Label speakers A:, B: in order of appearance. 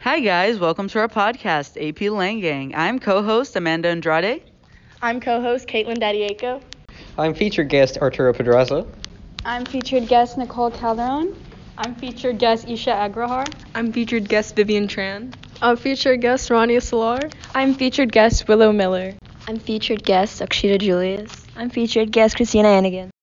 A: Hi, guys. Welcome to our podcast, AP Langang. I'm co host Amanda Andrade.
B: I'm co-host Caitlin Daddiaco.
C: I'm featured guest Arturo Pedraza.
D: I'm featured guest Nicole Calderon.
E: I'm featured guest Isha Agrahar.
F: I'm featured guest Vivian Tran.
G: I'm featured guest Rania Salar.
H: I'm featured guest Willow Miller.
I: I'm featured guest Akshita Julius.
J: I'm featured guest Christina Anigan.